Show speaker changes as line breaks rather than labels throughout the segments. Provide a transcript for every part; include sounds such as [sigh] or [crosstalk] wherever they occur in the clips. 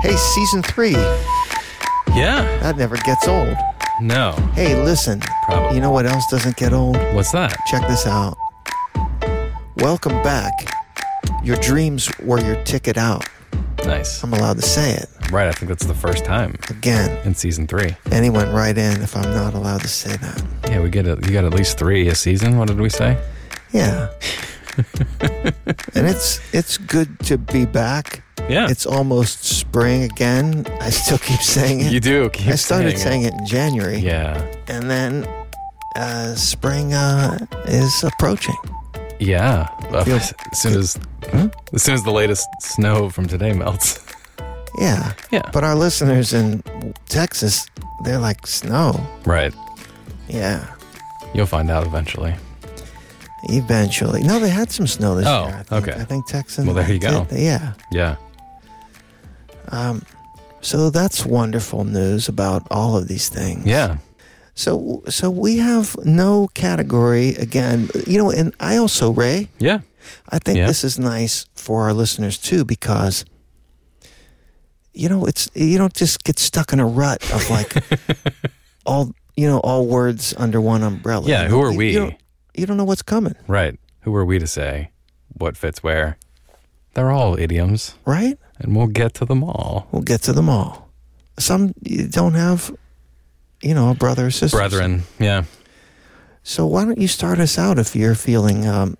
Hey, season three,
Yeah.
that never gets old.
No.
Hey, listen,
Probably.
you know what else doesn't get old?
What's that?
Check this out. Welcome back. Your dreams were your ticket out.
Nice.
I'm allowed to say it
Right. I think that's the first time
again.
in season three.
And he went right in if I'm not allowed to say that.
Yeah, we get a, you got at least three a season. What did we say? [laughs]
Yeah. and it's it's good to be back.
Yeah.
It's almost spring again. I still keep saying it.
you do. Keep
I started
saying
saying it in January.
it. Yeah.
And then uh, spring uh, is approaching.
Yeah. Uh,
feel-
as soon as hmm? as soon as the latest snow from today melts. [laughs]
Yeah.
Yeah.
But our listeners in Texas, they're like, snow.
Right.
Yeah.
You'll find out eventually.
Eventually. No, they had some snow this
Oh,
year. I think.
okay.
I think Texans.
Well, there you go.
did- yeah.
Yeah.
Um, so that's wonderful news about all of these things.
Yeah.
So, so we have no category again. You know, and I also, Ray,
Yeah.
I think
Yeah.
this is nice for our listeners too because you know it's you don't just get stuck in a rut of like
[laughs]
all you know all words under one umbrella.
Yeah, who are
You-
we?
You don't, you don't know what's coming,
Right. Who are we to say what fits where? They're all idioms,
right?
and we'll get to them all.
We'll get to them all. Some you don't have, you know, a brother or sister.
Brethren. Yeah.
So why don't you start us out if you're feeling um,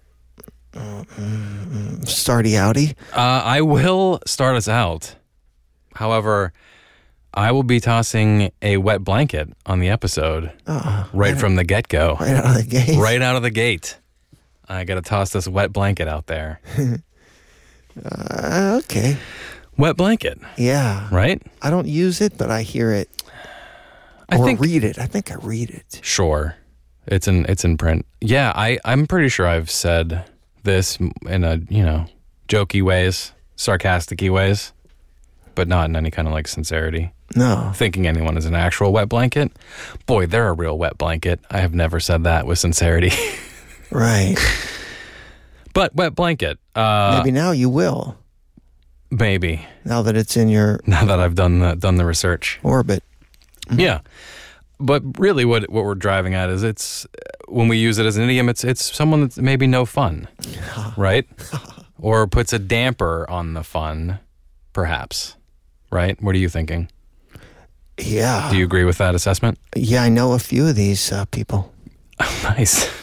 mm, mm, starty outy?
Uh, I will start us out. However, I will be tossing a wet blanket on the episode
Uh,
right from the get go,
right out of the gate.
right out of the gate. I got to toss this wet blanket out there.
Uh, okay.
Wet blanket,
Yeah.
right?
I don't use it, but I hear it
I
or
think
read it. I think I read it.
sure. It's in it's in print. Yeah, I I'm pretty sure I've said this in a, you know, jokey ways, sarcasticy ways, but not in any kind of like sincerity.
No.
thinking anyone is an actual wet blanket. Boy, they're a real wet blanket. I have never said that with sincerity. [laughs]
Right.
but wet blanket, [laughs] uh,
Maybe now you will.
maybe. [laughs]
Now that it's in your
Now that I've done the done the research,
orbit.
yeah. But really, what what we're driving at is it's when we use it as an idiom, it's it's someone that's maybe no fun, right? or puts a damper on the fun, perhaps. Right? What are you thinking?
Yeah.
Do you agree with that assessment? [laughs]
yeah, I know a few of these uh, people.
nice. [laughs]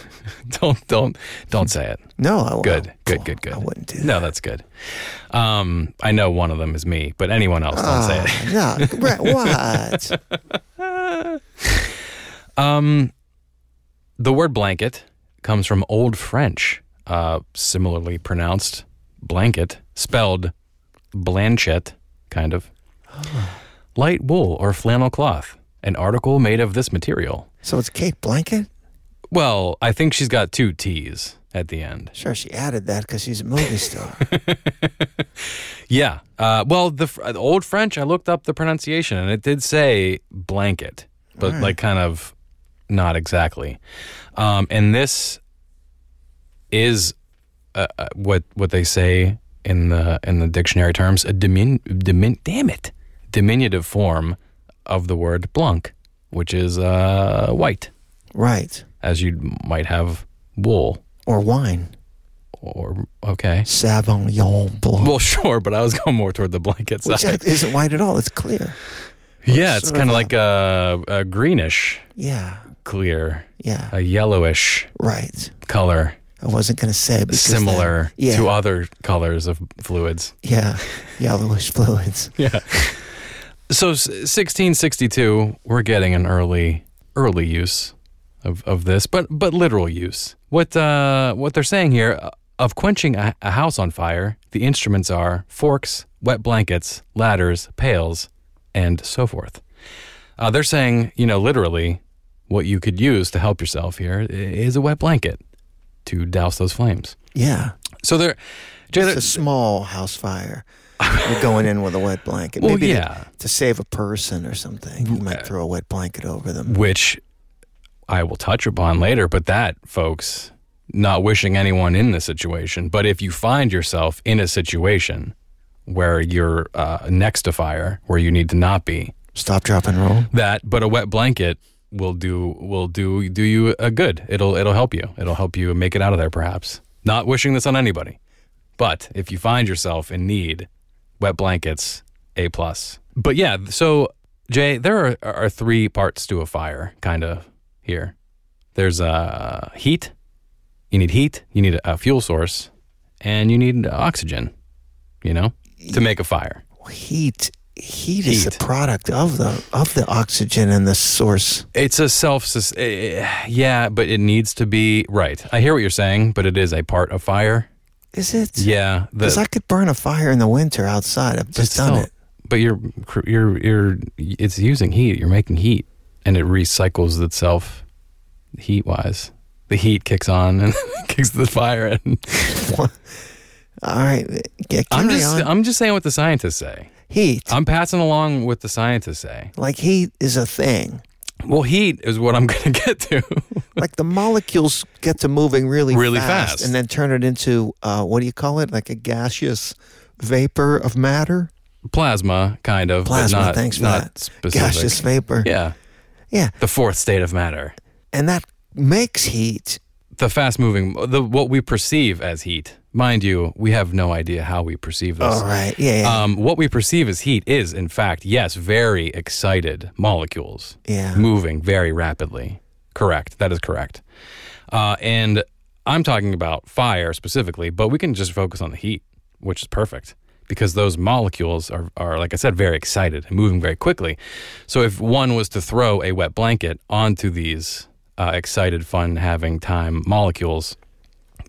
don't don't don't say it.
No, I won't.
Good, good, good, good.
Oh, I wouldn't do that.
No, that's good. Um, I know one of them is me, but anyone else, don't say it.
Ah, no, right, what? [laughs]
Um, the word blanket comes from Old French, uh, similarly pronounced blanket, spelled blanchet, kind of. Light wool or flannel cloth, an article made of this material.
So it's Kate Blanket?
Well, I think she's got two T's at the end.
Sure, she added that because she's a movie
[laughs]
star.
Yeah. Uh, well, the, fr- the old French, I looked up the pronunciation and it did say blanket, but like kind of not exactly. Um, and this is uh, uh, what what they say in the in the dictionary terms a dimin, dimin damn it diminutive form of the word blanc, which is uh, white,
right.
as you might have wool
Or wine.
or okay. [laughs]
Savignon Blanc.
Well, sure, but I was going more toward the blanket side.
Which isn't white at all. It's clear.
Yeah, it's
sort
kind
of
of like a, a greenish
Yeah.
clear,
Yeah.
a yellowish
right.
color,
I wasn't going to say because that-
similar
yeah,
to other colors of fluids.
yeah, yellowish fluids.
Yeah. so s- 1662, we're getting an early early use of, of this, but but literal use. What uh, what they're saying here uh, of quenching a, a house on fire, the instruments are forks, wet blankets, ladders, pails, and so forth. Uh, they're saying, you know, literally, what you could use to help yourself here i- is a wet blanket to douse those flames.
Yeah,
So they're, Jay,
it's
they're-
a small house fire. You're going in with a wet blanket.
Well,
Maybe to-
yeah.
to, save a person or something, you might throw a wet blanket over them.
which I will touch upon later. But that, folks, not wishing anyone in this situation, but if you find yourself in a situation where you're uh, next to fire, where you need to not be.
Stop, drop, and roll.
That, but a wet blanket will do will do do you a good. It'll it'll help you. It'll help you make it out of there. Perhaps not wishing this on anybody, but if you find yourself in need, wet blankets a plus. But yeah, so Jay, there are, are three parts to a fire, kind of here. There's uh, heat. You need heat. You need a fuel source, and you need oxygen. You know, to make a fire.
Heat. Heat is the
Heat.
product of the of the oxygen and the source.
It's a self. sus- eh, Yeah, but it needs to be right. I hear what you're saying, but it is a part of fire.
Is it?
Yeah, the-
Because I could burn a fire in the winter outside. I've just done
still-
it.
But you're cr- you're you're it's using heat. You're making heat, and it recycles itself, heat wise. The heat kicks on and [laughs] kicks the fire. And
All right. Get,
I'm
carry
just uh,
on.
I'm just saying what the scientists say.
heat.
I'm passing along what the scientists say.
like heat is a thing.
Well, heat is what I'm [laughs] going to get to.
like the molecules get to moving really
Really fast.
and then turn it into uh, what do you call it like a gaseous vapor of matter
Plasma, kind of.
plasma
But not,
thanks for
not
that
Specific.
gaseous vapor
Yeah.
Yeah.
The fourth state of matter.
and that makes heat
The fast moving, the what we perceive as heat. Mind you, we have no idea how we perceive this.
all right yeah yeah,
Um, what we perceive as heat is, in fact, yes, very excited molecules
yeah.
moving very rapidly. Correct. That is correct. Uh, and I'm talking about fire specifically, but we can just focus on the heat, which is perfect because those molecules are, are, like I said, very excited and moving very quickly. So if one was to throw a wet blanket onto these uh, excited, fun having time molecules,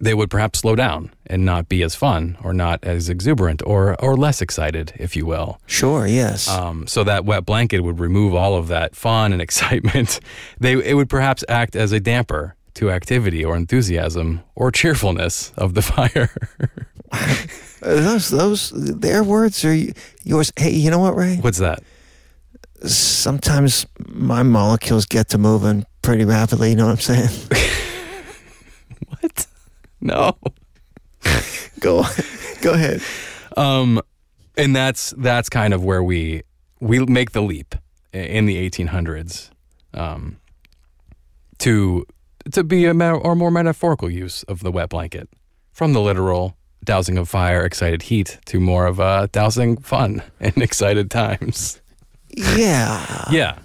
they would perhaps slow down and not be as fun or not as exuberant or, or less excited, if you will.
sure yes
Um, so that wet blanket would remove all of that fun and [laughs] excitement. They it would perhaps act as a damper to activity or enthusiasm or cheerfulness of the [laughs] fire.
Uh, those those their words are y- yours hey you know what ray
What's that?
sometimes my molecules get to moving pretty rapidly you know what i'm saying [laughs]
What? No.
go go ahead
Um, and that's that's kind of where we we make the leap i- in the 1800s um, to to be a ma- or more metaphorical use of the wet blanket from the literal dousing of fire, excited heat to more of a dousing fun [laughs] and excited times.
yeah
Yeah,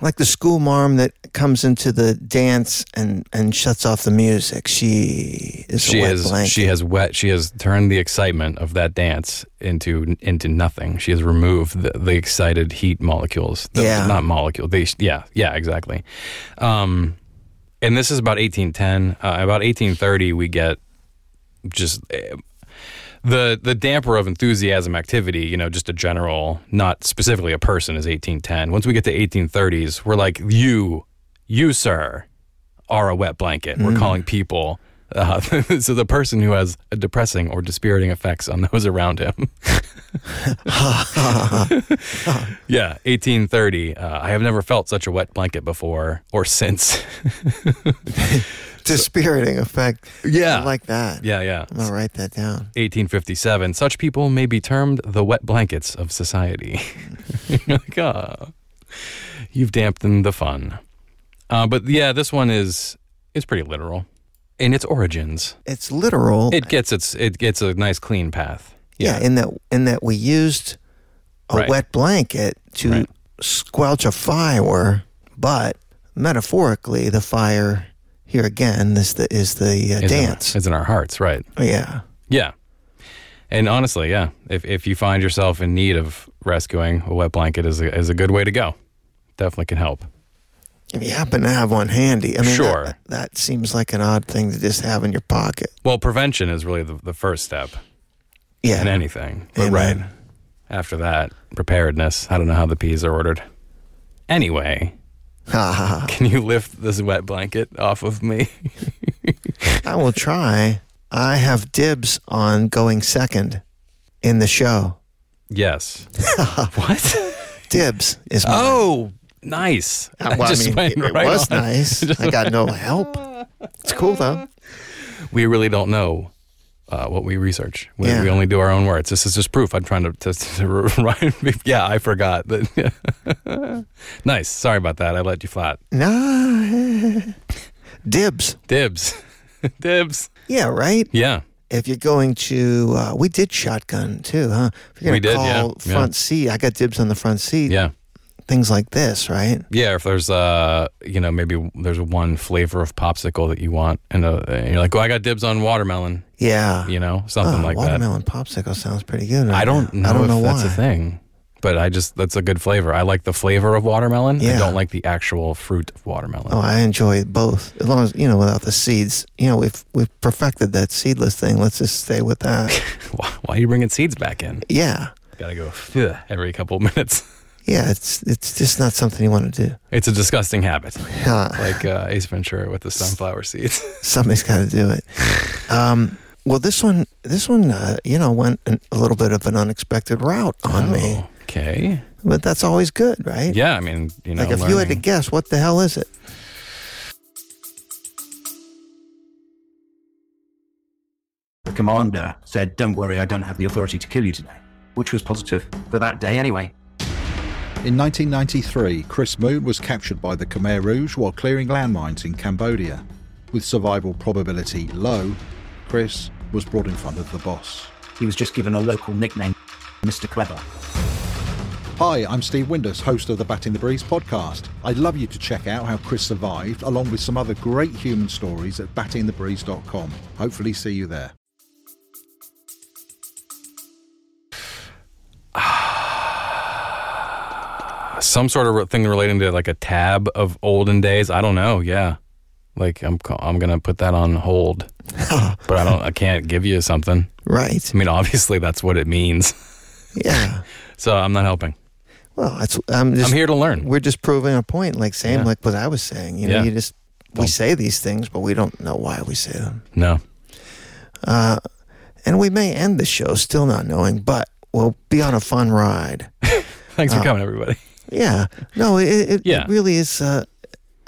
like the school mom that comes into the dance and, and shuts off the music. She is
she
a wet
has
blanket.
she has wet she has turned the excitement of that dance into into nothing. She has removed the, the excited heat molecules. The-
Yeah.
not molecule. They yeah yeah exactly. Um, and this is about 1810. Uh, about 1830, we get just eh, the the damper of enthusiasm activity. You know, just a general, not specifically a person, is 1810. Once we get to 1830s, we're like you, you sir, are a wet blanket. We're calling people. Uh, [laughs] so the person who has a depressing or dispiriting effects on those around him. [laughs] Yeah, 1830. Uh, I have never felt such a wet blanket before or since. [laughs]
dispiriting effect.
Yeah.
I like that.
yeah, yeah.
I'm gonna write that down.
1857. Such people may be termed the wet blankets of society. [laughs] You're like, "Ah, you've dampened the fun. Uh, but yeah, this one is it's pretty literal in its origins.
It's literal.
It gets its it gets a nice clean path.
yeah. in that in that we used a
Right.
wet blanket to
Right.
squelch a fire, but metaphorically, the fire here again is the is the uh,
It's in our-
dance.
it's in our hearts, right?
yeah.
Yeah. And honestly, yeah, if, if you find yourself in need of rescuing, a wet blanket is a, is a good way to go. Definitely can help.
If you happen to have one handy, I mean, that-
Sure.
that, that seems like an odd thing to just have in your pocket.
Well, prevention is really the, the first step
Yeah,
in anything. But
Amen.
right after that, preparedness. I don't know how the peas are ordered. Anyway,
Ha ha [laughs] ha.
can you lift this wet blanket off of me? [laughs]
I will try. I have dibs on going second in the show. [laughs]
yes. what?
Dibs is mine.
Oh, [laughs] nice.
Uh, well, I mean, it, it was [laughs] nice. I got no help. It's cool though.
We really don't know uh, what we research. We,
Yeah.
we only do our own words. This is just proof. I'm trying to, to, [laughs] to remind me. Yeah, I forgot. [laughs] that- nice. Sorry about that. I let you flat.
Nah. [laughs] Dibs.
Dibs. [laughs] Dibs.
Yeah, right?
Yeah.
If you're going to, uh, we did shotgun too, huh? If you're
We
going to
did, yeah,
call
yeah.
front seat, I got dibs on the front seat.
Yeah.
Things like this, right?
Yeah, if there's uh, you know, maybe there's one flavor of popsicle that you want, and, uh, and you're like, oh, I got dibs on watermelon,
Yeah.
you know, something
Oh,
like that.
watermelon popsicle sounds pretty good. right
I don't
now.
know
I don't
if
know why.
that's a thing, but I just that's a good flavor. I like the flavor of watermelon. I
Yeah.
don't like the actual fruit of watermelon.
Oh, I enjoy both as long as you know without the seeds. You know, we've we've perfected that seedless thing. Let's just stay with that.
[laughs] Why, why are you bringing seeds back in?
yeah,
Gotta go "Ugh," every couple [laughs] minutes.
yeah. It's it's just not something you want to do.
It's a disgusting habit,
Huh. [laughs]
like uh, Ace Ventura with the sunflower seeds.
Somebody's got to do it. Um, well, this one, this one, uh, you know, went an, a little bit of an unexpected route [laughs] on me,
Oh, okay.
but that's always good, right?
Yeah, I mean, you know,
like if you had to
learning.
guess, what the hell is it?
The commander said, Don't worry, I don't have the authority to kill you today. Which was positive for that day anyway.
In 1993, Chris Moon was captured by the Khmer Rouge while clearing landmines in Cambodia. With survival probability low, Chris was brought in front of the boss.
He was just given a local nickname, Mr. Clever.
Hi, I'm Steve Windus, host of the Bat in the Breeze podcast. I'd love you to check out how Chris survived, along with some other great human stories at batinthebreeze.com. Hopefully, see you there.
some sort of re- thing relating to like a tab of olden days. I don't know. Yeah, like I'm ca- I'm gonna put that
[laughs]
on hold, but I don't I can't give you something.
Right?
I mean, obviously that's what it means. [laughs]
Yeah.
So I'm not helping.
Well, that's I'm just
I'm here to learn.
we're just proving a point, like same like what I was saying. You know,
Yeah.
you just we say these things, but we don't know why we say them.
No,
And we may end the show still not knowing, but we'll be on a fun ride.
thanks
oh.
for coming, everybody.
Yeah. No, it, it,
Yeah.
it really is uh,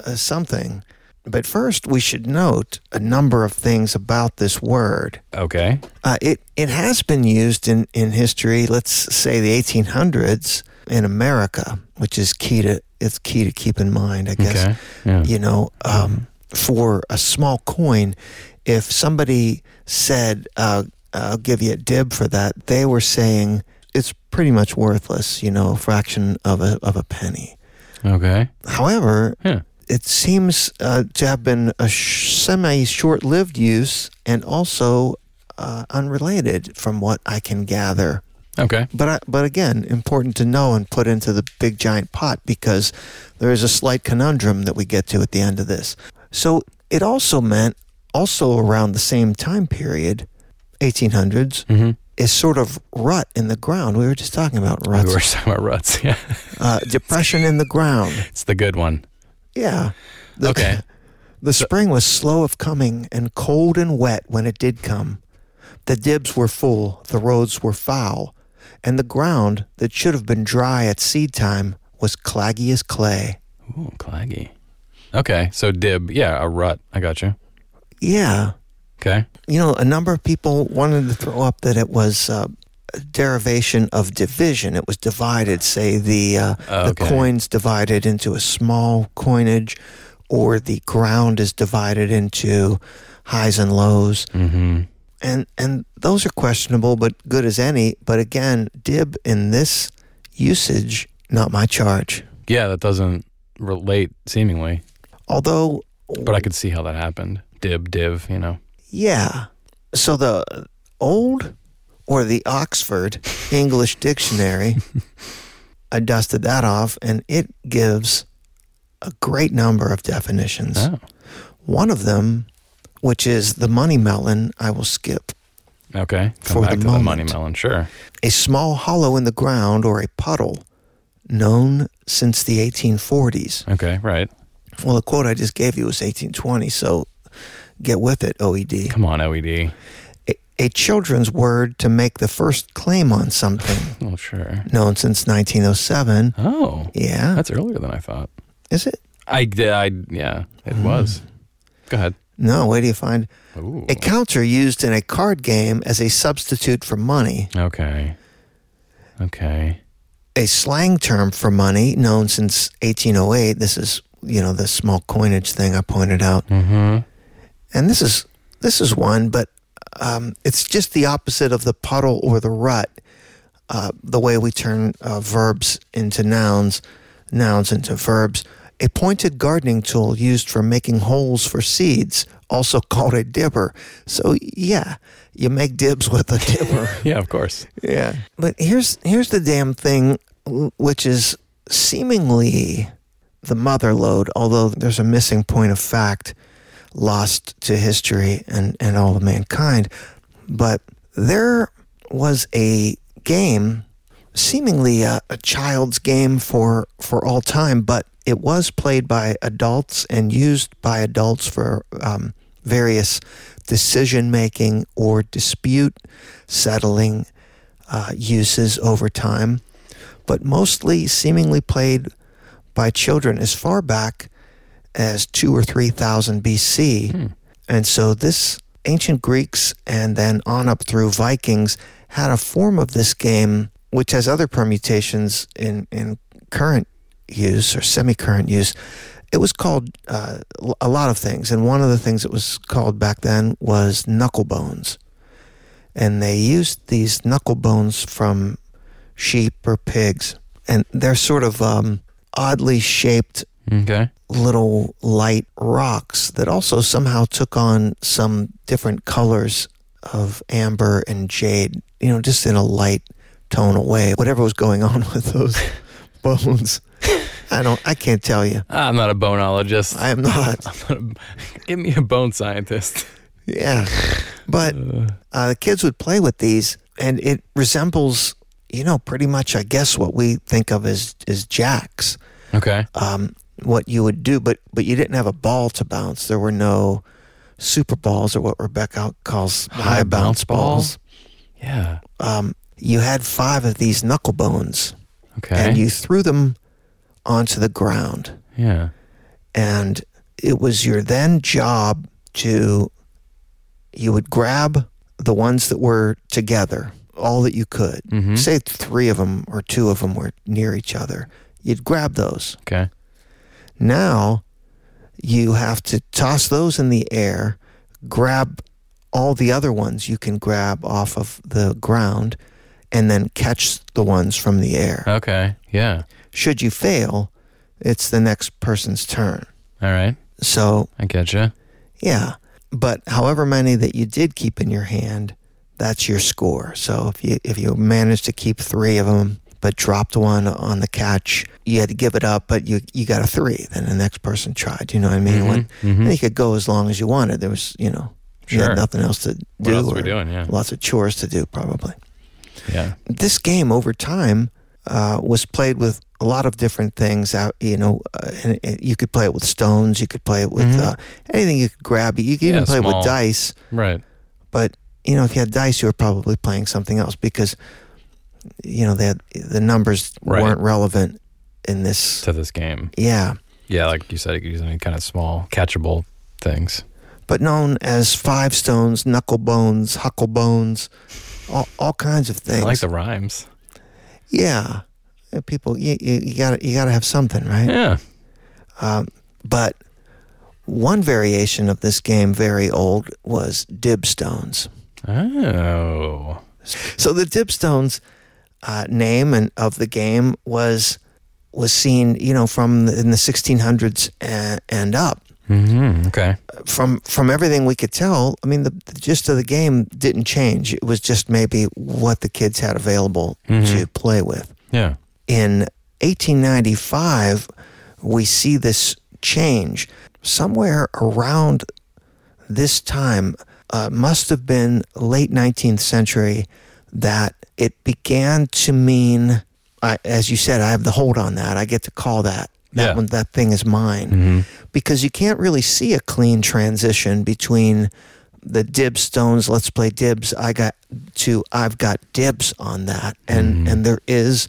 uh, something. But first, we should note a number of things about this word.
Okay.
Uh, it, it has been used in, in history, let's say the 1800s in America, which is key to, it's key to keep in mind, I guess.
Okay. Yeah.
you know, um, for a small coin, if somebody said, uh, I'll give you a dib for that, they were saying it's pretty much worthless, you know, a fraction of a, of a penny.
Okay.
However,
Yeah.
it seems uh, to have been a sh- semi short lived use and also uh, unrelated from what I can gather.
Okay. [laughs]
But I, but again, important to know and put into the big giant pot because there is a slight conundrum that we get to at the end of this. So it also meant also around the same time period, 1800s,
Mm-hmm.
is sort of rut in the ground. We were just talking about
We
ruts,
were talking about ruts. [laughs] Yeah,
uh, depression in the ground.
it's the good one.
Yeah. The-
Okay.
The spring was slow of coming and cold and wet when it did come. The dibs were full, the roads were foul, and the ground that should have been dry at seed time was claggy as clay.
[laughs] Ooh, claggy. Okay. So dib. Yeah, a rut. I got you.
Yeah.
Okay.
You know, a number of people wanted to throw up that it was uh, a derivation of division. It was divided, say, the, uh,
Oh, Okay.
the coins divided into a small coinage, or the ground is divided into highs and lows.
Mm-hmm.
and and those are questionable but good as any but again dib in this usage not my charge
Yeah, that doesn't relate seemingly,
although
but I could see how that happened. Dib, div. You know.
yeah so the old or the oxford english dictionary i dusted that off and it gives a great number of definitions
Oh.
one of them which is the money melon i will skip
Okay. Come
for
back
the
to the money
moment.
melon. Sure.
a small hollow in the ground or a puddle known since the 1840s.
Okay. Right.
Well, the quote I just gave you was 1820, so get with it, E OED.
Come on, E OED.
A, a children's word to make the first claim on something
Oh, sure.
known since 1907.
Oh,
Yeah,
that's earlier than I thought.
is it? Mm.
I did. I yeah. It was. Go ahead.
No, where do you find
Ooh.
a counter used in a card game as a substitute for money,
Okay. Okay.
a slang term for money known since 1808. This is, you know, the small coinage thing I pointed out.
Mm-hmm.
And this is this is one, but um, it's just the opposite of the puddle or the rut. Uh, the way we turn uh, verbs into nouns, nouns into verbs. A pointed gardening tool used for making holes for seeds, also called a dibber. So yeah, you make dibs with a dibber.
Yeah, of course.
Yeah. But here's here's the damn thing, w- which is seemingly the mother lode, although there's a missing point of fact lost to history and, and all of mankind. But there was a game, seemingly a, a child's game for, for all time, but it was played by adults and used by adults for um, various decision making or dispute settling uh, uses over time, but mostly seemingly played by children as far back as two or three thousand BC. And so this ancient Greeks and then on up through Vikings had a form of this game which has other permutations in, in current use or semi current use. It was called uh, a lot of things, and one of the things it was called back then was knuckle bones and they used these knuckle bones from sheep or pigs, and they're sort of um, oddly shaped
Okay.
little light rocks that also somehow took on some different colors of amber and jade, you know, just in a light tonal way. Whatever was going on [laughs] with those bones, I don't, I can't tell you.
I'm not a boneologist.
I am not.
[laughs] Give me a bone scientist.
[laughs] Yeah. But uh, the kids would play with these, and it resembles, you know, pretty much, I guess, what we think of as, as jacks,
Okay.
um, what you would do, but, but you didn't have a ball to bounce. There were no super balls or what Rebecca calls high, bounce, balls.
Yeah.
Um, you had five of these knuckle bones,
Okay.
and you threw them onto the ground.
yeah.
and it was your then job to you would grab the ones that were together all that you could
Mhm.
say three of them or two of them were near each other you'd grab those
Okay.
now you have to toss those in the air grab all the other ones you can grab off of the ground and then catch the ones from the air
Okay. Yeah.
should you fail it's the next person's turn
All right.
so
I getcha.
Yeah. But however many that you did keep in your hand, that's your score. So if you if you managed to keep 3 of them but dropped one on the catch, you had to give it up, but you you got a 3. Then the next person tried, you know what I mean?
Mm-hmm,
When- And you could go as long as you wanted. There was, you know, you
Sure.
had nothing else to do.
What else are we
or
doing? Yeah.
Lots of chores to do probably
Yeah.
this game over time uh, was played with a lot of different things out you know uh, and, and you could play it with stones you could play it with uh, anything you could grab you could
Mm-hmm. Yeah,
even play it
small.
with dice
Right.
but you know if you had dice you were probably playing something else because you know they had, the numbers
Right.
weren't relevant in this
To this game.
yeah
Yeah, like you said, you could use any kind of small catchable things.
but known as five stones knuckle bones huckle bones all, all kinds of things
I like the rhymes.
yeah Uh, people you, you, you gotta you gotta have something right
Yeah.
But one variation of this game, very old, was dibstones.
Oh.
So the dibstones uh, name and of the game was was seen, you know, from the, in the 1600s and, and up.
Mm-hmm. Okay.
From from everything we could tell, I mean, the, the gist of the game didn't change. It was just maybe what the kids had available to play with.
Yeah.
in 1895, we see this change. Somewhere around this time, uh, must have been late 19th century, that it began to mean, I, as you said, I have the hold on that. I get to call that. That
Yeah.
one, that thing is mine, because you can't really see a clean transition between the dibs stones. Let's play dibs. I got to. I've got dibs on that, and and there is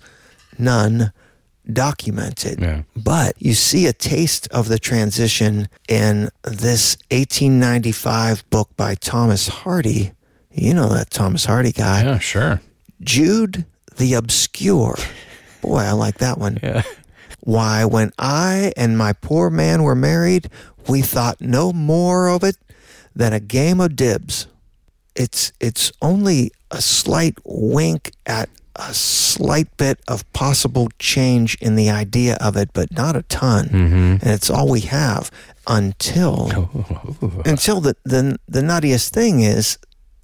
none documented.
Yeah.
But you see a taste of the transition in this 1895 book by Thomas Hardy. You know that Thomas Hardy guy.
Yeah, sure. [laughs]
Jude the Obscure. Boy, I like that one.
Yeah.
Why, when I and my poor man were married, we thought no more of it than a game of dibs. It's it's only a slight wink at a slight bit of possible change in the idea of it, but not a ton. And it's all we have until until the, the the nuttiest thing is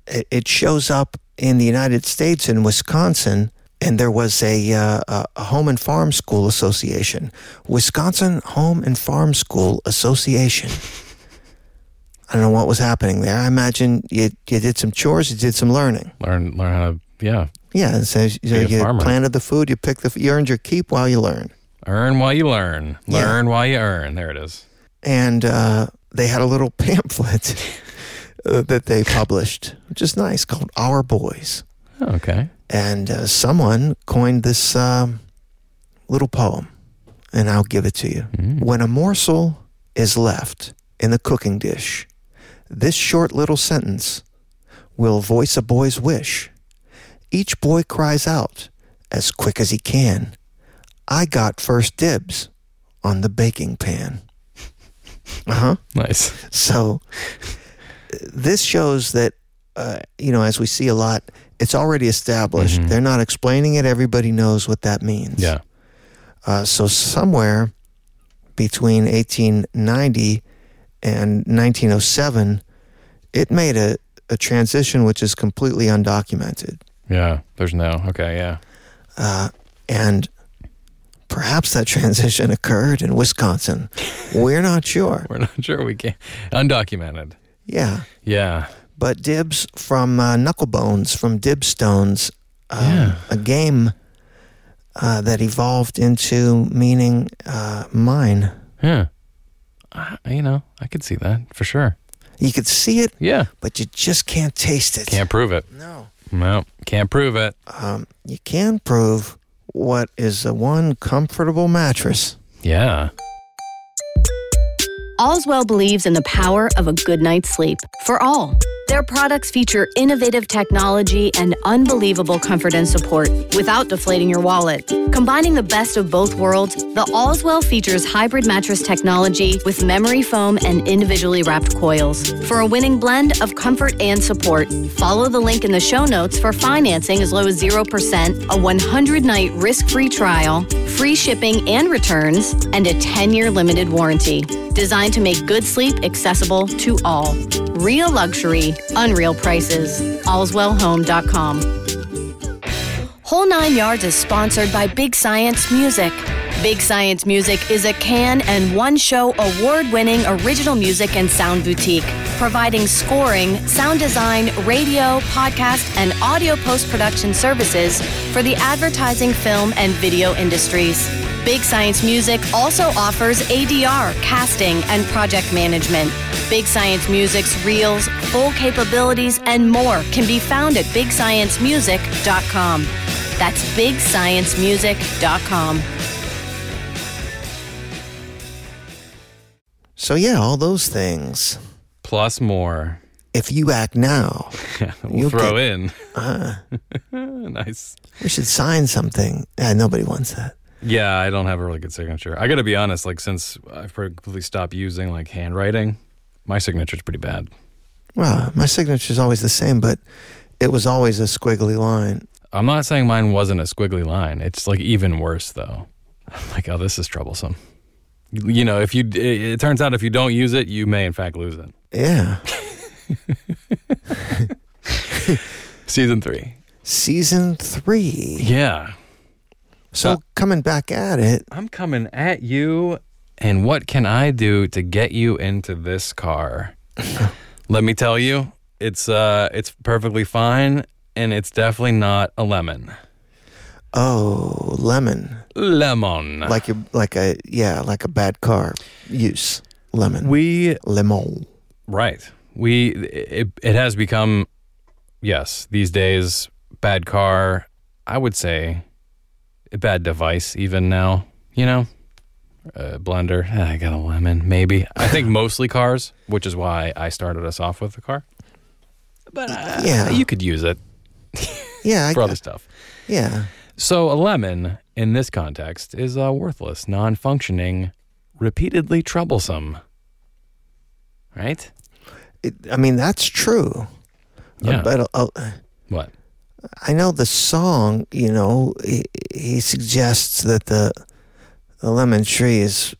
it, it shows up in the United States in Wisconsin and there was a, uh, a- a home and farm school association Wisconsin Home and Farm School Association I don't know what was happening there I imagine you, you did some chores you did some learning
Learn learn how to yeah.
yeah and so you,
a
you
farmer.
planted the food you picked the f- you earned your keep while you learned
Earn while you learn.
Yeah.
Learn while you earn. There it is.
and uh, they had a little [laughs] pamphlet uh, that they published, which is nice, called Our Boys.
Oh, okay.
And uh, someone coined this um, little poem, and I'll give it to you. When a morsel is left in the cooking dish, this short little sentence will voice a boy's wish. Each boy cries out as quick as he can, I got first dibs on the baking pan. Uh huh.
Nice.
So this shows that, uh, you know, as we see a lot, it's already established. They're not explaining it. Everybody knows what that means.
[laughs] Yeah.
Uh, so somewhere between 1890 and 1907, it made a, a transition which is completely undocumented.
Yeah. There's no. Okay. Yeah.
And perhaps that [laughs] transition occurred in Wisconsin. We're not sure.
We're not [laughs] sure we can. Undocumented.
Yeah.
Yeah.
But Dibs from uh, Knucklebones, from Dibstones, um, a game uh, that evolved into meaning uh, mine.
Yeah. I, you know, I could see that for sure.
You could see it,
Yeah.
but you just can't taste it.
Can't prove it.
No.
No, can't prove it.
Um, you can prove what is the one comfortable mattress.
Yeah.
Allswell believes in the power of a good night's sleep for all. Their products feature innovative technology and unbelievable comfort and support without deflating your wallet. Combining the best of both worlds, the Allswell features hybrid mattress technology with memory foam and individually wrapped coils for a winning blend of comfort and support. Follow the link in the show notes for financing as low as 0%, a 100 night risk free trial, free shipping and returns, and a 10 year limited warranty designed to make good sleep accessible to all. Real luxury, unreal prices. AllswellHome.com. Whole Nine Yards is sponsored by Big Science Music. Big Science Music is a can and one show award winning original music and sound boutique, providing scoring, sound design, radio, podcast, and audio post production services for the advertising, film, and video industries. Big Science Music also offers ADR, casting, and project management. Big Science Music's reels, full capabilities, and more can be found at BigScienceMusic.com. That's BigScienceMusic.com.
So, yeah, all those things.
Plus more.
If you act
[laughs]
now,
We'll
You'll
throw in. [laughs] nice.
we should sign something. Yeah, nobody wants that.
Yeah, I don't have a really good signature. I got to be honest, like since I've probably stopped using like handwriting, my signature's pretty bad.
Well, my signature's always the same, but it was always a squiggly line.
I'm not saying mine wasn't a squiggly line. It's like even worse though. I'm like, oh, this is troublesome. You know, if you it, it turns out if you don't use it, you may in fact lose it.
Yeah.
Season 3.
Season three.
Yeah.
So
Uh,
coming back at it,
I'm coming at you, and what can I do to get you into this car? Let me tell you, it's uh, it's perfectly fine, and it's definitely not a lemon.
oh, lemon.
Lemon.
Like you like a yeah, like a bad car use. Lemon.
we
Lemon.
right, we it, it has become yes these days bad car. I would say a bad device even now. you know, a blender. Ah, I got a lemon, maybe. I
[laughs]
think mostly cars, which is why I started us off with the car. But uh,
Yeah.
you could use it
Yeah, Uh-huh. I
for other
guess.
stuff.
Yeah.
So a lemon in this context is uh, worthless, non-functioning, repeatedly troublesome. Right?
It, I mean, that's true.
Yeah.
But uh,
What?
I know the song, you know, he, he suggests that the, the lemon tree is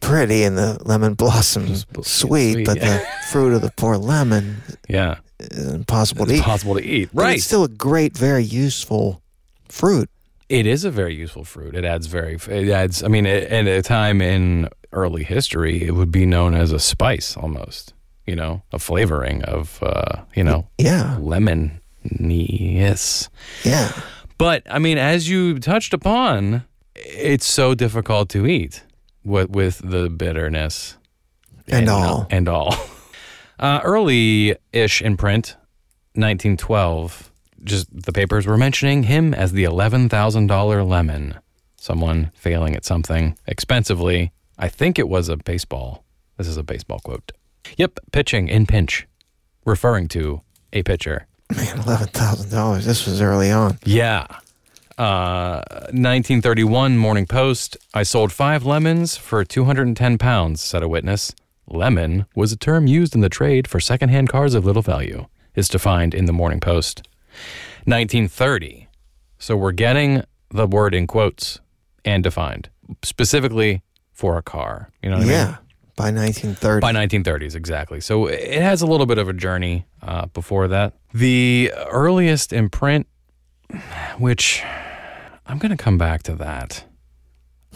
pretty and the lemon blossoms
Just bl-
sweet,
sweet,
but the fruit of the poor lemon
Yeah.
is impossible
It's
to eat.
possible to eat.
But
Right.
It's still a great, very useful fruit.
It is a very useful fruit. It adds very. It adds. I mean, it, at a time in early history, it would be known as a spice almost. You know, a flavoring of uh, you know
Yeah.
lemon. Yes.
Yeah.
But I mean, as you touched upon, it's so difficult to eat with with the bitterness
And all.
and all. [laughs] Uh, early ish in print, 1912. Just the papers were mentioning him as the eleven thousand dollar lemon. Someone failing at something expensively. I think it was a baseball. This is a baseball quote. Yep, pitching in pinch, referring to a pitcher.
Man, $11,000. This was early on.
Yeah. Uh, 1931 Morning Post. I sold five lemons for 210 pounds, said a witness. Lemon was a term used in the trade for secondhand cars of little value, is defined in the Morning Post. 1930. So we're getting the word in quotes and defined specifically for a car. You know what I mean?
Yeah. By 1930.
By 1930s, exactly. So it has a little bit of a journey uh, before that. The earliest imprint, which I'm going to come back to that,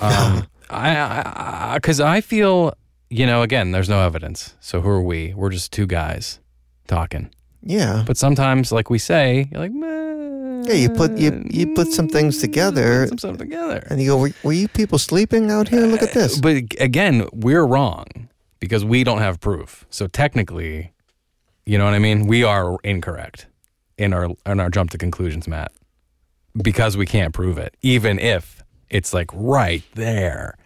um, I because I, feel you know again, there's no evidence. So who are we? We're just two guys talking.
yeah.
But sometimes, like we say, you're like, "Meh,
Yeah, you put- you- you put some things
mm,
together."
put some stuff together.
And you go, were, were you people sleeping out here? Look at this.
Uh, But again, we're wrong because we don't have proof. So technically, you know what I mean? We are incorrect in our in our jump to conclusions, Matt. Because we can't prove it, even if it's like right there.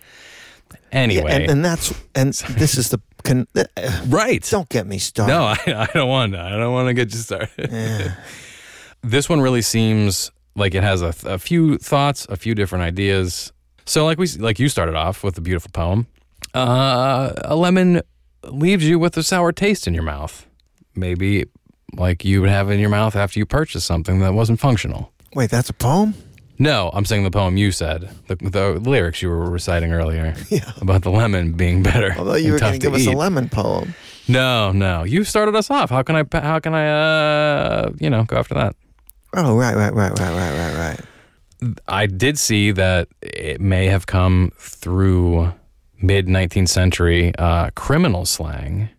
Anyway,
And, and that's, and this is the, con, uh,
right.
don't get me started.
No, [laughs] I, I don't want to. I don't want to get you started. [laughs] this one really seems like it has a, th- a few thoughts, a few different ideas. So, like we, s- like you started off with a beautiful poem. Uh, a lemon leaves you with a sour taste in your mouth. Maybe like you would have in your mouth after you purchased something that wasn't functional.
Wait, that's a poem?
No, I'm saying the poem you said, the, the lyrics you were reciting earlier
[laughs] Yeah.
about the lemon being better.
Although you
and
were
tough
going to give us
eat.
a lemon poem.
No, no. You started us off. How can I? How can I? Uh, you know, go after that.
Oh, right, right, right, right, right, right, right.
I did see that it may have come through mid 19th century uh, criminal slang.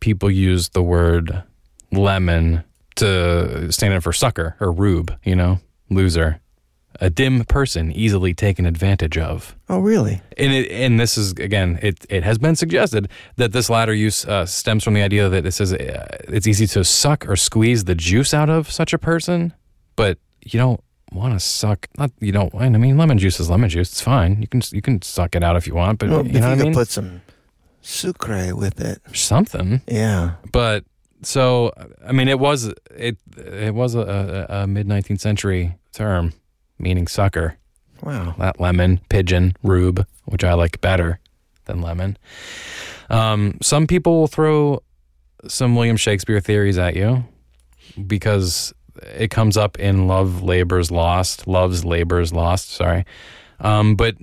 People used the word lemon to stand in for sucker or rube. You know, loser, a dim person easily taken advantage of.
Oh, really?
And it, and this is again, it it has been suggested that this latter use uh, stems from the idea that it says uh, it's easy to suck or squeeze the juice out of such a person, but you don't want to suck. Not you don't. I mean, lemon juice is lemon juice. It's fine. You can you can suck it out if you want, but
Well, if
you know
you
what I
could
mean.
put some sucre with it.
Something.
Yeah.
But so I mean, it was it it was a, a, a mid nineteenth century term meaning sucker.
Wow.
that lemon, pigeon, rube, which I like better than lemon. Um, some people will throw some William Shakespeare theories at you because it comes up in Love, Labor's Lost, Love's Labor's Lost, sorry. Um, but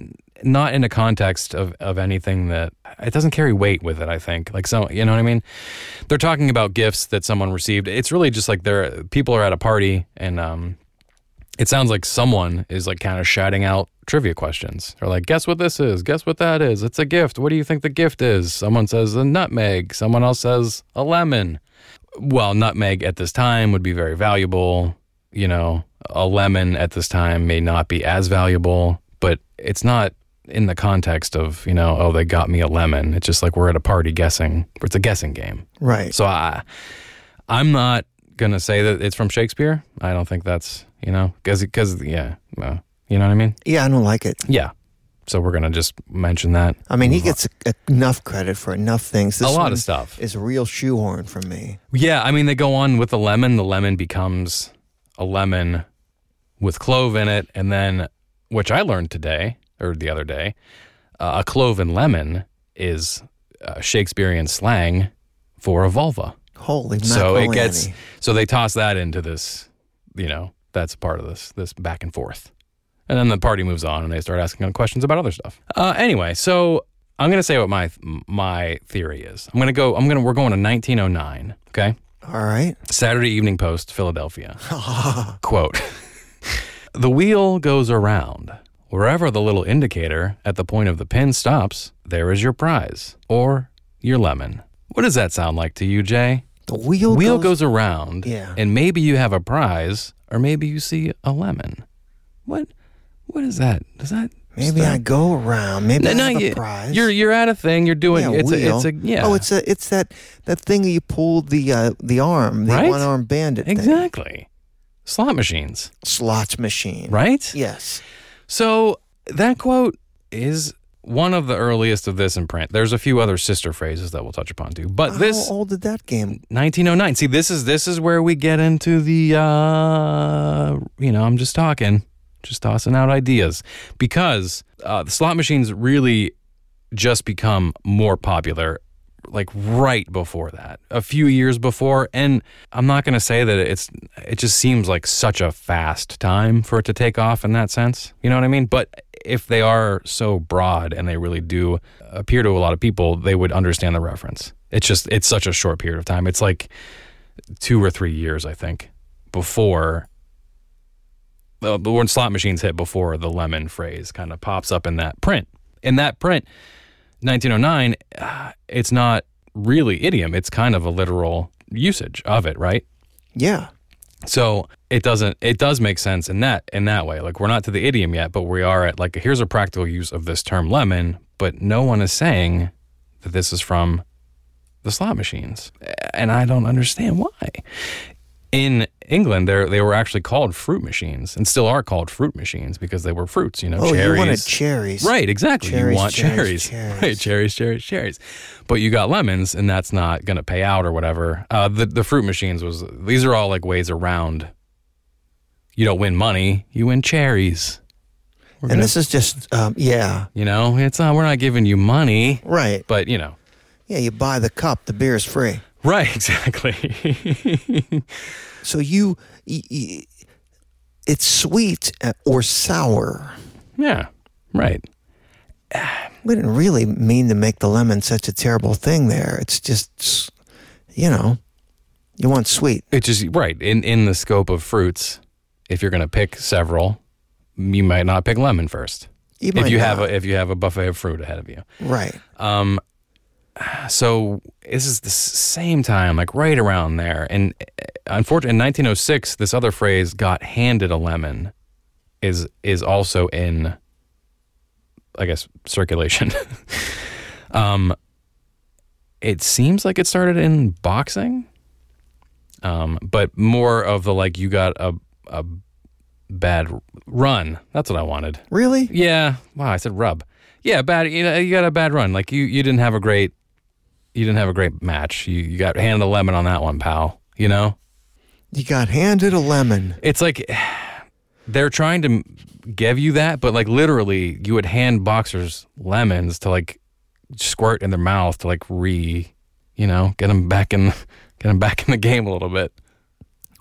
not in a context of, of anything that it doesn't carry weight with it, I think. Like, so, you know what I mean? They're talking about gifts that someone received. It's really just like they're, people are at a party and, um, it sounds like someone is like kind of shouting out trivia questions. They're like, guess what this is? Guess what that is? It's a gift. What do you think the gift is? Someone says a nutmeg. Someone else says a lemon. Well, nutmeg at this time would be very valuable. You know, a lemon at this time may not be as valuable, but it's not in the context of, you know, oh, they got me a lemon. It's just like we're at a party guessing. It's a guessing game.
Right.
So I, I'm not gonna say that it's from Shakespeare. I don't think that's you know because because yeah, well, you know what I mean.
Yeah, I don't like it.
Yeah, So we're gonna just mention that.
I mean, he gets e-, enough credit for enough things. This
a lot
one
of stuff.
is a real shoehorn from me.
Yeah, I mean they go on with the lemon. The lemon becomes a lemon with clove in it, and then which I learned today or the other day, uh, a clove and lemon is uh, Shakespearean slang for a vulva.
Holy
so it
macaroni.
gets so they toss that into this. You know that's part of this this back and forth, and then the party moves on and they start asking questions about other stuff. Uh, anyway, so I'm gonna say what my my theory is. I'm gonna go. I'm gonna we're going to 1909. Okay.
All right.
Saturday Evening Post, Philadelphia. Quote The wheel goes around. Wherever the little indicator at the point of the pin stops, there is your prize or your lemon. What does that sound like to you, Jay?
The wheel,
wheel
goes,
goes, around,
Yeah.
and maybe you have a prize or maybe you see a lemon. What? What is that? Does that?
Maybe I go around. Maybe
No,
I
no,
have
you,
a prize.
you're you're at a thing. You're doing
yeah,
it's
wheel.
a it's a yeah.
Oh, it's a it's that that thing that you pull the uh, the arm, the
Right?
one arm bandit thing.
exactly slot machines,
Slot machine.
right?
Yes.
So that quote is one of the earliest of this in print. There's a few other sister phrases that we'll touch upon too, but this
How old did that game?
1909. See, this is this is where we get into the uh, you know, I'm just talking, just tossing out ideas because uh, the slot machines really just become more popular like right before that a few years before and i'm not going to say that it's it just seems like such a fast time for it to take off in that sense you know what i mean but if they are so broad and they really do appear to a lot of people they would understand the reference it's just it's such a short period of time it's like two or three years i think before uh, when slot machines hit before the lemon phrase kind of pops up in that print in that print 1909, uh, it's not really idiom. It's kind of a literal usage of it, right?
Yeah.
So it doesn't. It does make sense in that in that way. Like we're not to the idiom yet, but we are at like here's a practical use of this term lemon. But no one is saying that this is from the slot machines, and I don't understand why. In England, they they were actually called fruit machines, and still are called fruit machines because they were fruits. You know,
Oh,
cherries.
you wanted cherries.
Right, exactly.
Cherries,
you want
cherries,
cherries. [laughs]
cherries.
Right, cherries, cherries, cherries. But you got lemons, and that's not going to pay out or whatever. Uh, the, the fruit machines was, these are all like ways around. You don't win money, you win cherries. We're
And
gonna-
this is just um, yeah.
you know, it's not, we're not giving you money,
Right.
but you know.
Yeah, you buy the cup, the beer is free.
Right,
[laughs]
exactly.
So you, y y it's sweet uh, or sour.
yeah, right.
We didn't really mean to make the lemon such a terrible thing there. It's just, you know, you want sweet.
It just right in in the scope of fruits. If you're going to pick several, you might not pick lemon first.
You
if
might
you have
not.
a if you have a buffet of fruit ahead of you.
right.
Um, so this is the s- same time, like right around there, and uh, unfortunately, in 1906, this other phrase "got handed a lemon" is is also in, I guess, circulation. [laughs] um, it seems like it started in boxing, um, but more of the like you got a a bad r- run. That's what I wanted.
Really?
Yeah. Wow, I said rub. Yeah, bad. You, know, you got a bad run. Like you, you didn't have a great, you didn't have a great match. You, you got handed a lemon on that one, pal. You know,
You got handed a lemon.
it's like [sighs] they're trying to give you that, but like literally, you would hand boxers lemons to like squirt in their mouth to like re, you know, get them back in, [laughs] get them back in the game a little bit.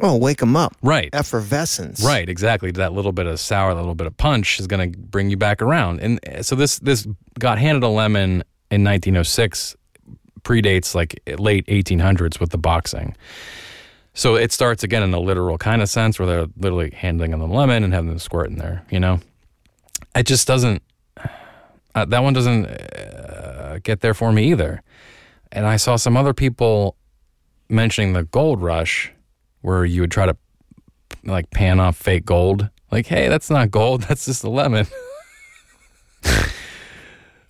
Oh, wake them up.
Right.
Effervescence.
Right, exactly. That little bit of sour, that little bit of punch is going to bring you back around. And uh, so this this got handed a lemon in 1906 predates like late 1800s with the boxing. So it starts again in a literal kind of sense where they're literally handing them a lemon and having them squirt in there, you know? It just doesn't, uh, that one doesn't uh, get there for me either. And I saw some other people mentioning the gold rush where you would try to like pan off fake gold. Like, hey, that's not gold. [laughs] That's just a lemon.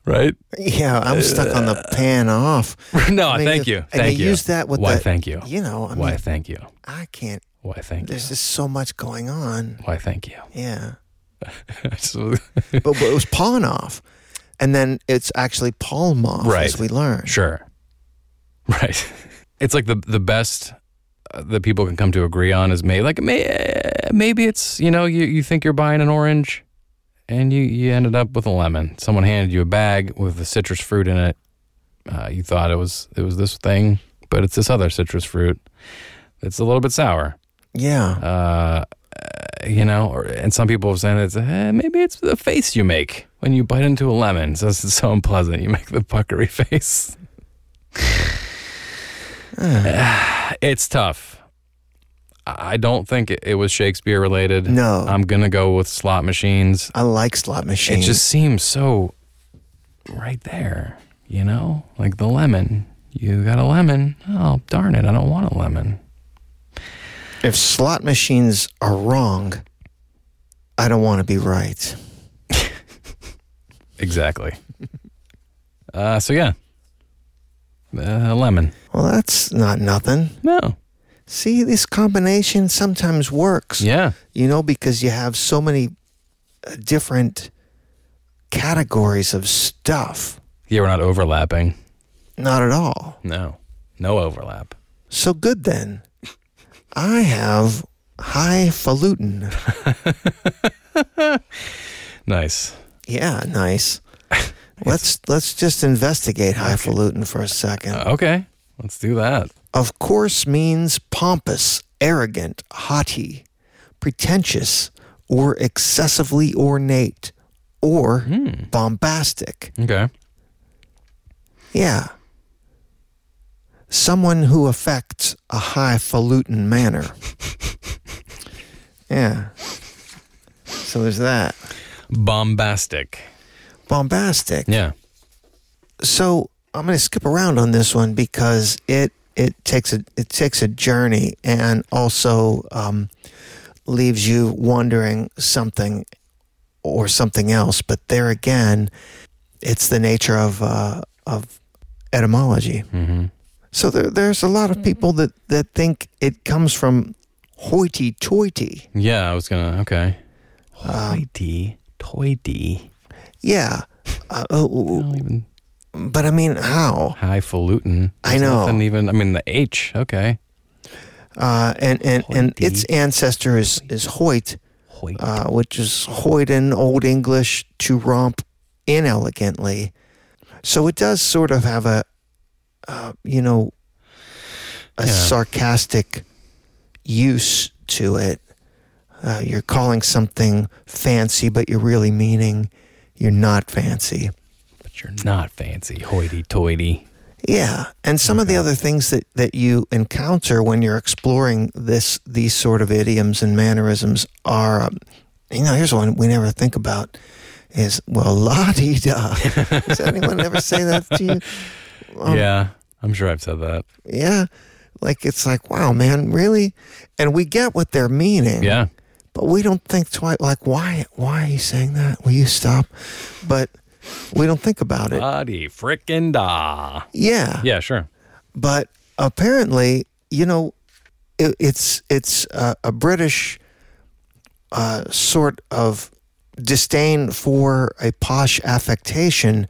right? [laughs]
Yeah, I'm stuck on the pan off.
no,
I mean,
Uh, thank
if-
you.
and
Thank
they
you.
use that with
Why
the-
thank you.
You know, I
Why
mean,
thank you.
I can't.
Why thank you.
There's just so much going on. [laughs]
Why thank you. [laughs]
Yeah.
So-
but, but it was Pawnov. And then it's actually Palmov,
Right.
as we learn.
Sure. [laughs] Right. It's like the the best uh, that people can come to agree on is maybe like may, maybe it's you know you, you think you're buying an orange and you you ended up with a lemon. Someone handed you a bag with a citrus fruit in it. Uh, you thought it was it was this thing, but it's this other citrus fruit. It's a little bit sour.
Yeah.
Uh, you know, or, and some people have said it's eh, maybe it's the face you make when you bite into a lemon. So it's so unpleasant. You make the puckery [laughs] face. [sighs] it's tough. I I don't think it, it was Shakespeare related.
No.
I'm gonna go with slot machines.
I like slot
It
machines.
just seems so right there. You know, like the lemon. You got a lemon. Oh darn it! I don't want a lemon.
if slot machines are wrong, I don't want to be right.
Exactly. [laughs] uh, so yeah, uh, lemon.
Well, that's not nothing.
No.
See, this combination sometimes works,
Yeah.
you know, because you have so many uh, different categories of stuff.
Yeah, we're not overlapping.
Not at all.
No. No overlap.
So good then. I have highfalutin.
Nice.
Yeah, nice. Let's let's just investigate highfalutin for a second.
Okay. Let's do that.
of course means pompous, arrogant, haughty, pretentious, or excessively ornate, or bombastic.
Okay.
Yeah. Someone who affects a highfalutin manner. yeah. So there's that.
Bombastic.
Bombastic.
Yeah.
so I'm going to skip around on this one because it it takes a it takes a journey and also um, leaves you wondering something or something else. But there again, it's the nature of uh, of etymology. So there, there's a lot of people that that think it comes from hoity-toity.
Yeah, I was gonna. Okay. Uh, Hoity toity.
Yeah, uh, oh,
Not even
but I mean, how?
highfalutin.
I
There's
know.
Nothing even. I mean the H. Okay.
Uh, and and, and
Hoity.
its ancestor is is Hoyt,
Hoity.
uh, which is hoyden, Old English, to romp inelegantly. So it does sort of have a, uh, you know, a
Yeah.
sarcastic use to it. Uh, you're calling something fancy, but you're really meaning you're not fancy.
but you're not fancy. Hoity toity.
Yeah, and some of the other things that, that you encounter when you're exploring this these sort of idioms and mannerisms are, um, you know, here's one we never think about is well, [laughs] la di da. Does anyone ever say that to you? Um,
yeah. I'm sure I've said that.
Yeah, like it's like wow, man, really, and we get what they're meaning.
Yeah.
but we don't think twice. Like why why are you saying that? Will you stop? But we don't think about it.
Body frickin' da.
yeah,
Yeah, sure.
but apparently, you know, it, it's it's uh, a British uh, sort of disdain for a posh affectation,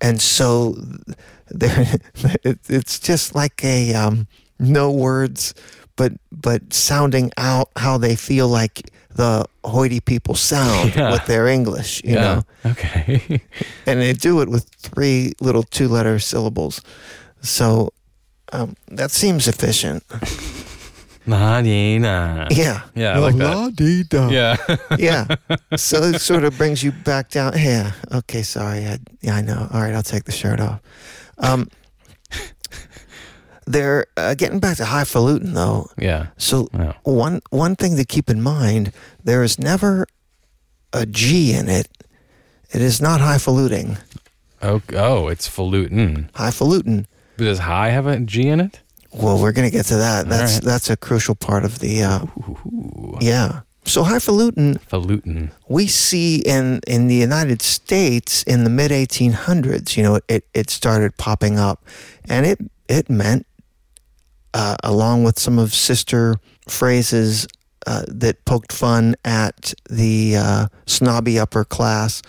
and so [laughs] there, it, it's just like a um, no words, but but sounding out how they feel like the hoity people sound
Yeah.
with their English, you know
yeah. Okay. [laughs]
and they do it with three little two letter syllables. So um, that seems efficient.
Marina.
Yeah.
[laughs] Yeah, I like that.
La-di-da.
Yeah.
Yeah. so it sort of brings you back down. Yeah. Okay. Sorry. I, yeah, I know. All right. I'll take the shirt off. Um, they're uh, getting back to highfalutin, though.
yeah.
So
Wow.
one one thing to keep in mind: there is never a G in it. It is not highfalutin.
Oh, oh, it's falutin.
Highfalutin.
Does high have a G in it?
Well, we're going to get to that. That's
right.
that's a crucial part of the. Uh, yeah. So highfalutin,
Falutin.
we see in in the United States in the mid 1800s. You know, it it started popping up, and it it meant, uh, along with some of sister phrases, uh, that poked fun at the uh, snobby upper class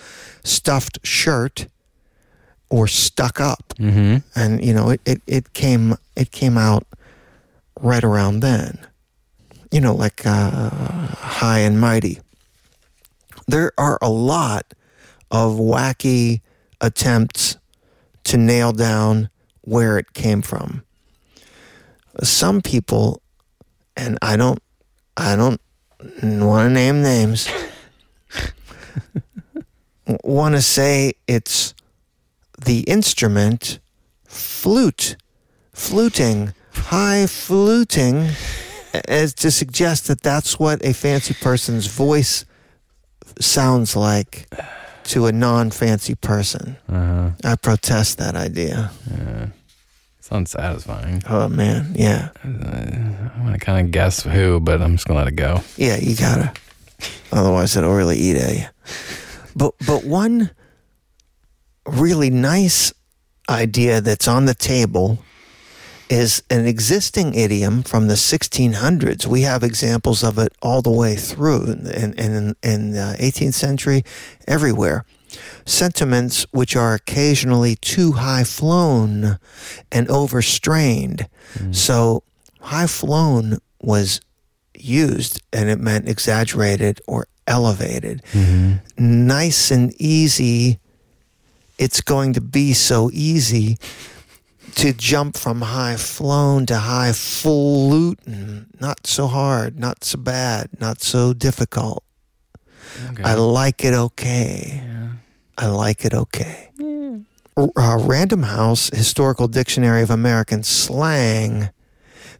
stuffed shirt or stuck up.
Mm-hmm.
And, you know, it, it, it, came, it came out right around then, you know, like uh, High and Mighty. There are a lot of wacky attempts to nail down where it came from. Some people, and I don't, I don't want to name names, [laughs] want to say it's the instrument flute, fluting, high fluting, as to suggest that that's what a fancy person's voice sounds like to a non-fancy person.
Uh-huh.
I protest that idea.
It's unsatisfying.
Oh man, yeah,
I want to kind of guess who, but I'm just gonna let it go.
yeah, you gotta. Otherwise, it'll really eat at you. But but one really nice idea that's on the table is an existing idiom from the 1600s. We have examples of it all the way through, and in, in, in the 18th century, everywhere. sentiments which are occasionally too high flown and overstrained. So, high flown was used and it meant exaggerated or elevated. Nice and easy, it's going to be so easy to jump from high flown to high flutin'. Not so hard, not so bad, not so difficult.
Okay.
I like it okay. I like it okay. R- Uh, Random House Historical Dictionary of American Slang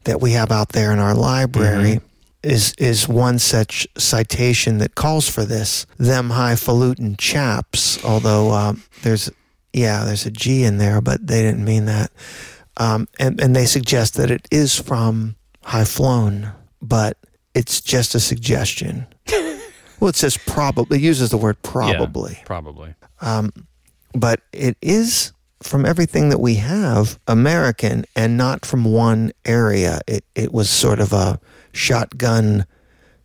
that we have out there in our library is is one such citation that calls for this. Them highfalutin chaps, although um, there's yeah, there's a G in there, but they didn't mean that. Um, and and they suggest that it is from high flown, but it's just a suggestion. well, it says probably it uses the word
Yeah,
probably
probably.
but it is from everything that we have American and not from one area. It it was sort of a shotgun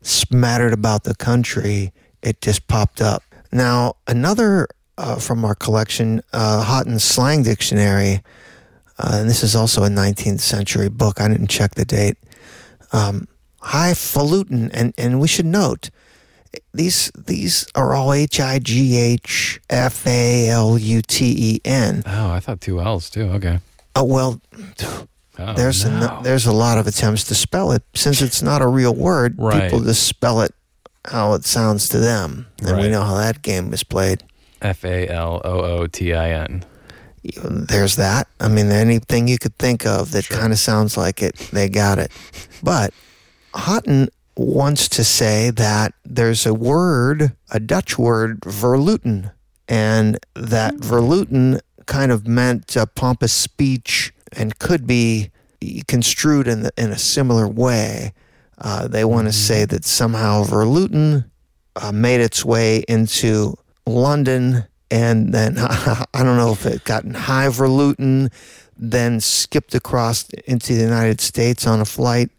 smattered about the country. It just popped up. Now another uh, from our collection, uh, Houghton Slang Dictionary, uh, and this is also a 19th century book. I didn't check the date. Um, highfalutin, and and we should note these these are all H I G H F A L U T E N.
Oh, I thought two L's too. Okay.
Oh well,
Oh,
there's
no.
a, there's a lot of attempts to spell it since it's not a real word.
Right.
People just spell it how it sounds to them, and we
Right.
know how that game is played.
F A L O O T I N.
There's that. I mean, anything you could think of that kind of sounds like it, they got it. But Houghton wants to say that there's a word, a Dutch word, verluten, and that verluten kind of meant uh, pompous speech and could be construed in, the, in a similar way. Uh, they want to say that somehow verluten uh, made its way into London, and then [laughs] I don't know if it got in high verluten, then skipped across into the United States on a flight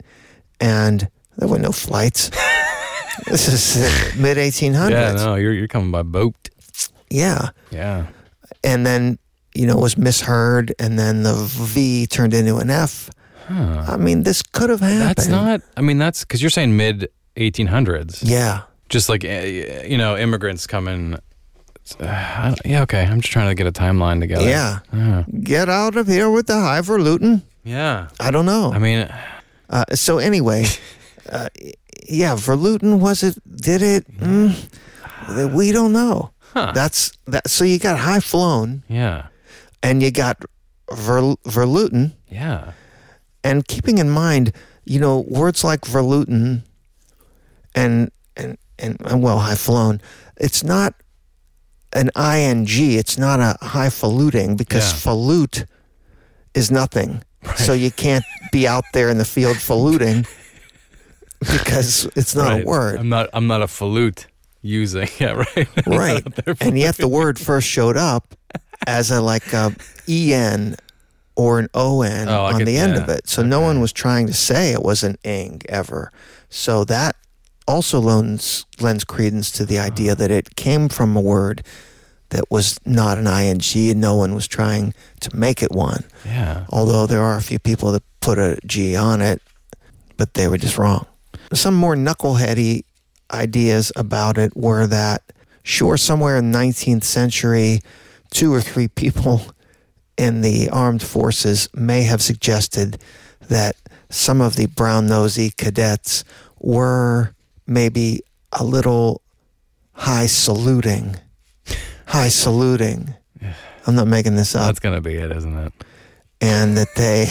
and there were no
[laughs]
flights. this is mid 1800s.
Yeah, no, you're you're coming by boat.
Yeah.
Yeah.
And then, you know, it was misheard, and then the V turned into an F. I mean, this could have happened.
That's not. I mean, that's because you're saying mid 1800s.
Yeah.
Just like eh, you know, immigrants coming. Uh, [sighs] I don't- yeah. Okay. I'm just trying to get a timeline together.
Yeah.
Yeah.
Get out of here with the high verluten.
Yeah.
I don't know.
I mean,
Uh, so
[laughs]
anyway, uh, yeah, Verlutin was it? Did it? Mm, th- we don't know. That's that. So you got high flown,
yeah.
and you got Ver, Verlutin,
Yeah.
and keeping in mind, you know, words like Verlutin, and and and, and well, high flown. It's not an ing. It's not a highfalutin because
Yeah.
falute is nothing. So you can't be out there in the field
[laughs]
faluting because it's not
Right.
a word.
I'm not. I'm not a flute using. Yeah. [laughs] Right.
right. And yet the word first showed up as a like a en or an on
Oh, I
on
get-
the end
yeah.
of it. So no one was trying to say it was an ing ever. So that also lends, lends credence to the idea that it came from a word that was not an ing and no one was trying to make it one.
Yeah.
Although there are a few people that put a G on it, but they were just wrong. Some more knuckleheady ideas about it were that, sure, somewhere in the 19th century, two or three people in the armed forces may have suggested that some of the brown nosy cadets were maybe a little high saluting. High saluting. I'm not making this up.
That's going to be it, isn't
[laughs]
it?
And that they,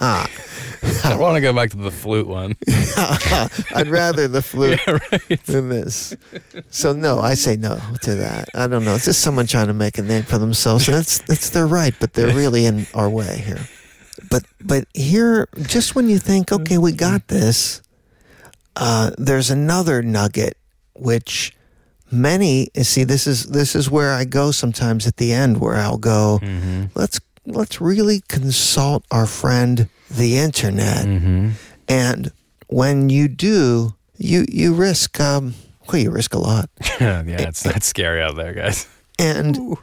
I want to go back to the
[laughs]
flute one. [laughs]
I'd rather the flute than this. So no, I say no to that. I don't know. It's just someone trying to make a name for themselves. And that's that's their right, but they're really in our way here. But but here, just when you think, okay, we got this, uh, there's another nugget which many see. This is this is where I go sometimes at the end, where I'll go. Let's let's really consult our friend the internet. And when you do, you you risk um, well, you risk a lot.
yeah, it's that's scary out there, guys. [laughs]
And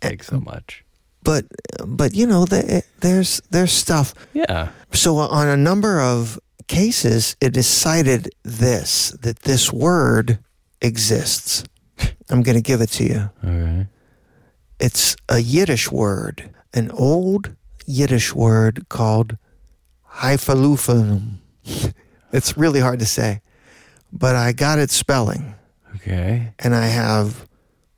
Thanks so much.
but but you know the, there's there's stuff.
Yeah.
So on a number of cases, it is cited this that this word exists. I'm going to give it to you.
Okay.
It's a Yiddish word, an old Yiddish word called hyphalufinum. [laughs] It's really hard to say, but I got its spelling.
Okay.
and I have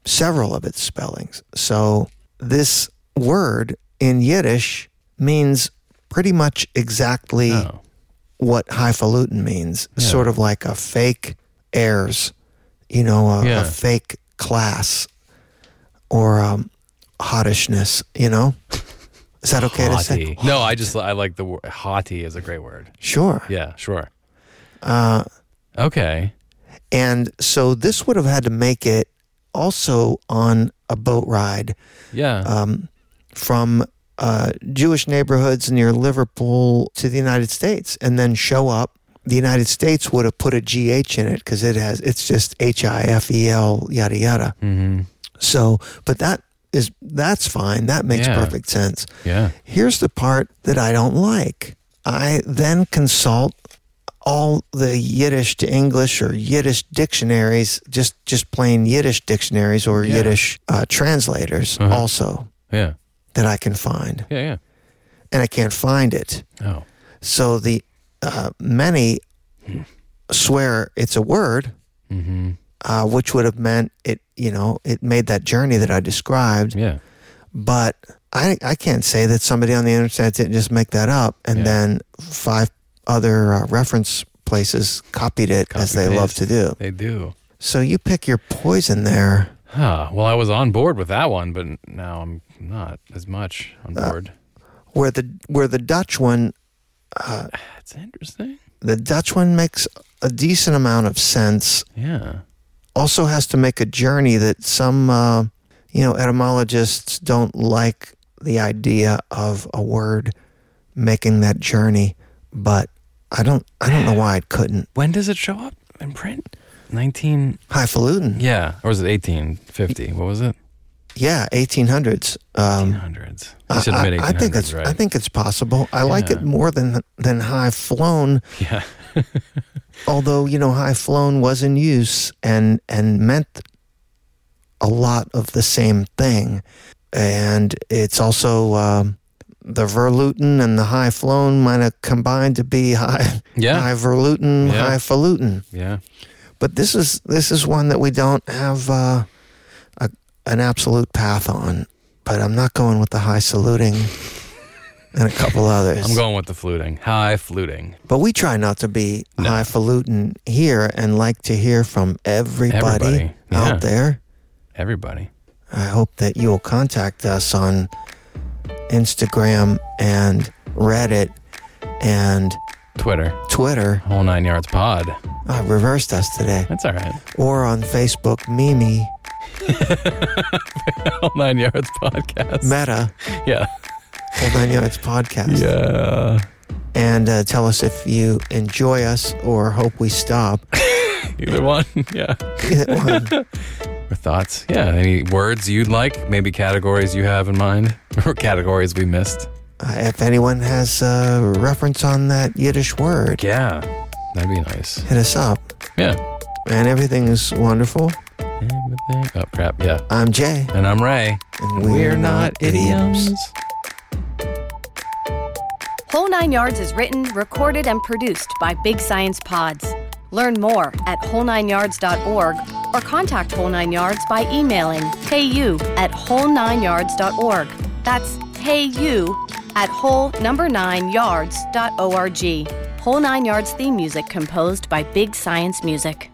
several of its spellings. So this word in Yiddish means pretty much exactly
Oh.
what highfalutin means, sort of like a fake heirs, you know, a,
Yeah.
a fake class or um, hottishness, you know? Is that okay to say?
Haughty. No, I just I like the word haughty is a great word.
Sure.
Yeah, sure. Uh, okay.
And so this would have had to make it also on a boat ride
Yeah.
uh, from uh, Jewish neighborhoods near Liverpool to the United States, and then show up. The United States would have put a GH in it because it has it's just H I F E L yada yada.
Mm-hmm.
So, but that is that's fine. That makes
Yeah.
perfect sense.
yeah.
Here's the part that I don't like. I then consult all the Yiddish to English or Yiddish dictionaries, just just plain Yiddish dictionaries or Yiddish uh, translators,
Uh-huh.
also
Yeah.
that I can find
Yeah.
and I can't find it.
Yeah. Oh.
So the uh, many swear it's a word, uh, which would have meant it. You know, it made that journey that I described.
Yeah.
But I I can't say that somebody on the internet didn't just make that up and then five other uh, reference places copied it as they love to do.
They do.
So you pick your poison there.
Huh. Well, I was on board with that one, but now I'm not as much on board.
Where the where the Dutch one
That's interesting.
the Dutch one makes a decent amount of sense
Yeah.
also has to make a journey that some uh, you know etymologists don't like the idea of a word making that journey but i don't i don't know why it couldn't
When does it show up in print? 19
highfalutin
Yeah, or was it 1850? What was it?
yeah 1800s um
1800s.
I,
You said mid 1800s,
I- I think it's
right?
I think it's possible. I like it
Yeah.
more than than high flown,
yeah. [laughs]
although you know high flown was in use and and meant a lot of the same thing and it's also um, the verlutin and the high flown might have combined to be high
Yeah.
high verlutin
Yeah.
high falutin
Yeah.
but this is this is one that we don't have uh, a, an absolute path on but i'm not going with the high saluting and a couple others
[laughs] I'm going with the fluting. High fluting.
but we try not to be highfalutin here and like to hear from everybody,
Everybody, yeah.
out there.
Everybody.
I hope that you will contact us on Instagram and Reddit and
Twitter.
Twitter.
Whole nine yards pod.
I reversed us today.
That's all right. [laughs]
Or on Facebook, Mimi,
Whole nine yards podcast.
Meta,
Yeah.
Hold On Yards Podcast.
Yeah.
and uh, tell us if you enjoy us or hope we stop. [laughs] Uh,
Either one. [laughs] yeah.
Either one.
Or thoughts. Yeah. Any words you'd like? Maybe categories you have in mind [laughs] or categories we missed.
Uh, if anyone has a reference on that Yiddish word,
Yeah. That'd be nice.
hit us up.
Yeah.
And everything is wonderful.
Everything. Oh, crap. Yeah.
I'm Jay.
And I'm Ray.
And we're not idioms.
Whole Nine Yards is written, recorded, and produced by Big Science Pods. Learn more at whole9yards.org or contact Whole Nine Yards by emailing heyu at whole9yards.org. That's heyu at whole number nine yards dot org. Whole Nine Yards theme music composed by Big Science Music.